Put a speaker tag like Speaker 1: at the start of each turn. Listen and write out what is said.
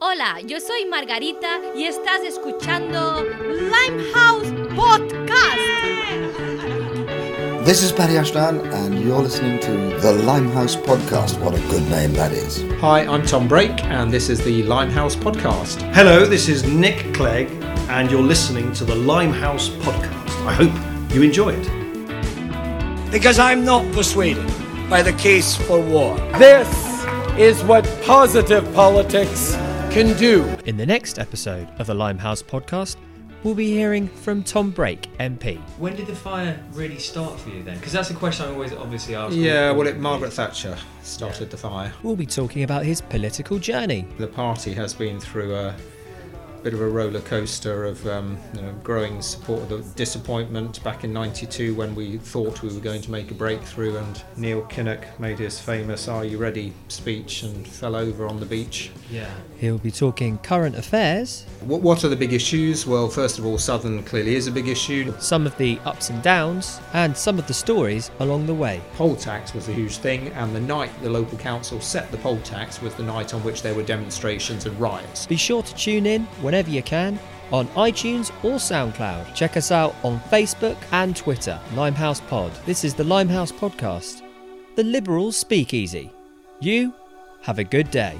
Speaker 1: Hola, yo soy Margarita y estás escuchando Limehouse Podcast.
Speaker 2: This is Paddy Ashdown, and you're listening to the Limehouse Podcast. What a good name that is.
Speaker 3: Hi, I'm Tom Brake, and this is the Limehouse Podcast.
Speaker 4: Hello, this is Nick Clegg, and you're listening to the Limehouse Podcast. I hope you enjoy it.
Speaker 5: because I'm not persuaded by the case for war.
Speaker 6: This is what positive politics can do.
Speaker 7: In the next episode of the Limehouse podcast, we'll be hearing from Tom Brake, MP.
Speaker 8: When did the fire really start for you then? Because that's a question I always obviously ask. all-
Speaker 3: Yeah,
Speaker 8: all
Speaker 3: well, it
Speaker 8: of
Speaker 3: Margaret
Speaker 8: these.
Speaker 3: Thatcher started the fire.
Speaker 7: We'll be talking about his political journey.
Speaker 3: The party has been through a bit of a roller coaster of um, you know, growing support, the disappointment back in '92 when we thought we were going to make a breakthrough, and Neil Kinnock made his famous "Are you ready?" speech and fell over on the beach.
Speaker 8: Yeah.
Speaker 7: He'll be talking current affairs,
Speaker 3: What, what are the big issues? Well, first of all, Southern clearly is a big issue.
Speaker 7: some of the ups and downs, and some of the stories along the way.
Speaker 3: Poll tax was a huge thing, and the night the local council set the poll tax was the night on which there were demonstrations and riots.
Speaker 7: Be sure to tune in whenever you can on iTunes or SoundCloud. Check us out on Facebook and Twitter, Limehouse Pod. This is the Limehouse Podcast, the Liberals Speakeasy. You have a good day.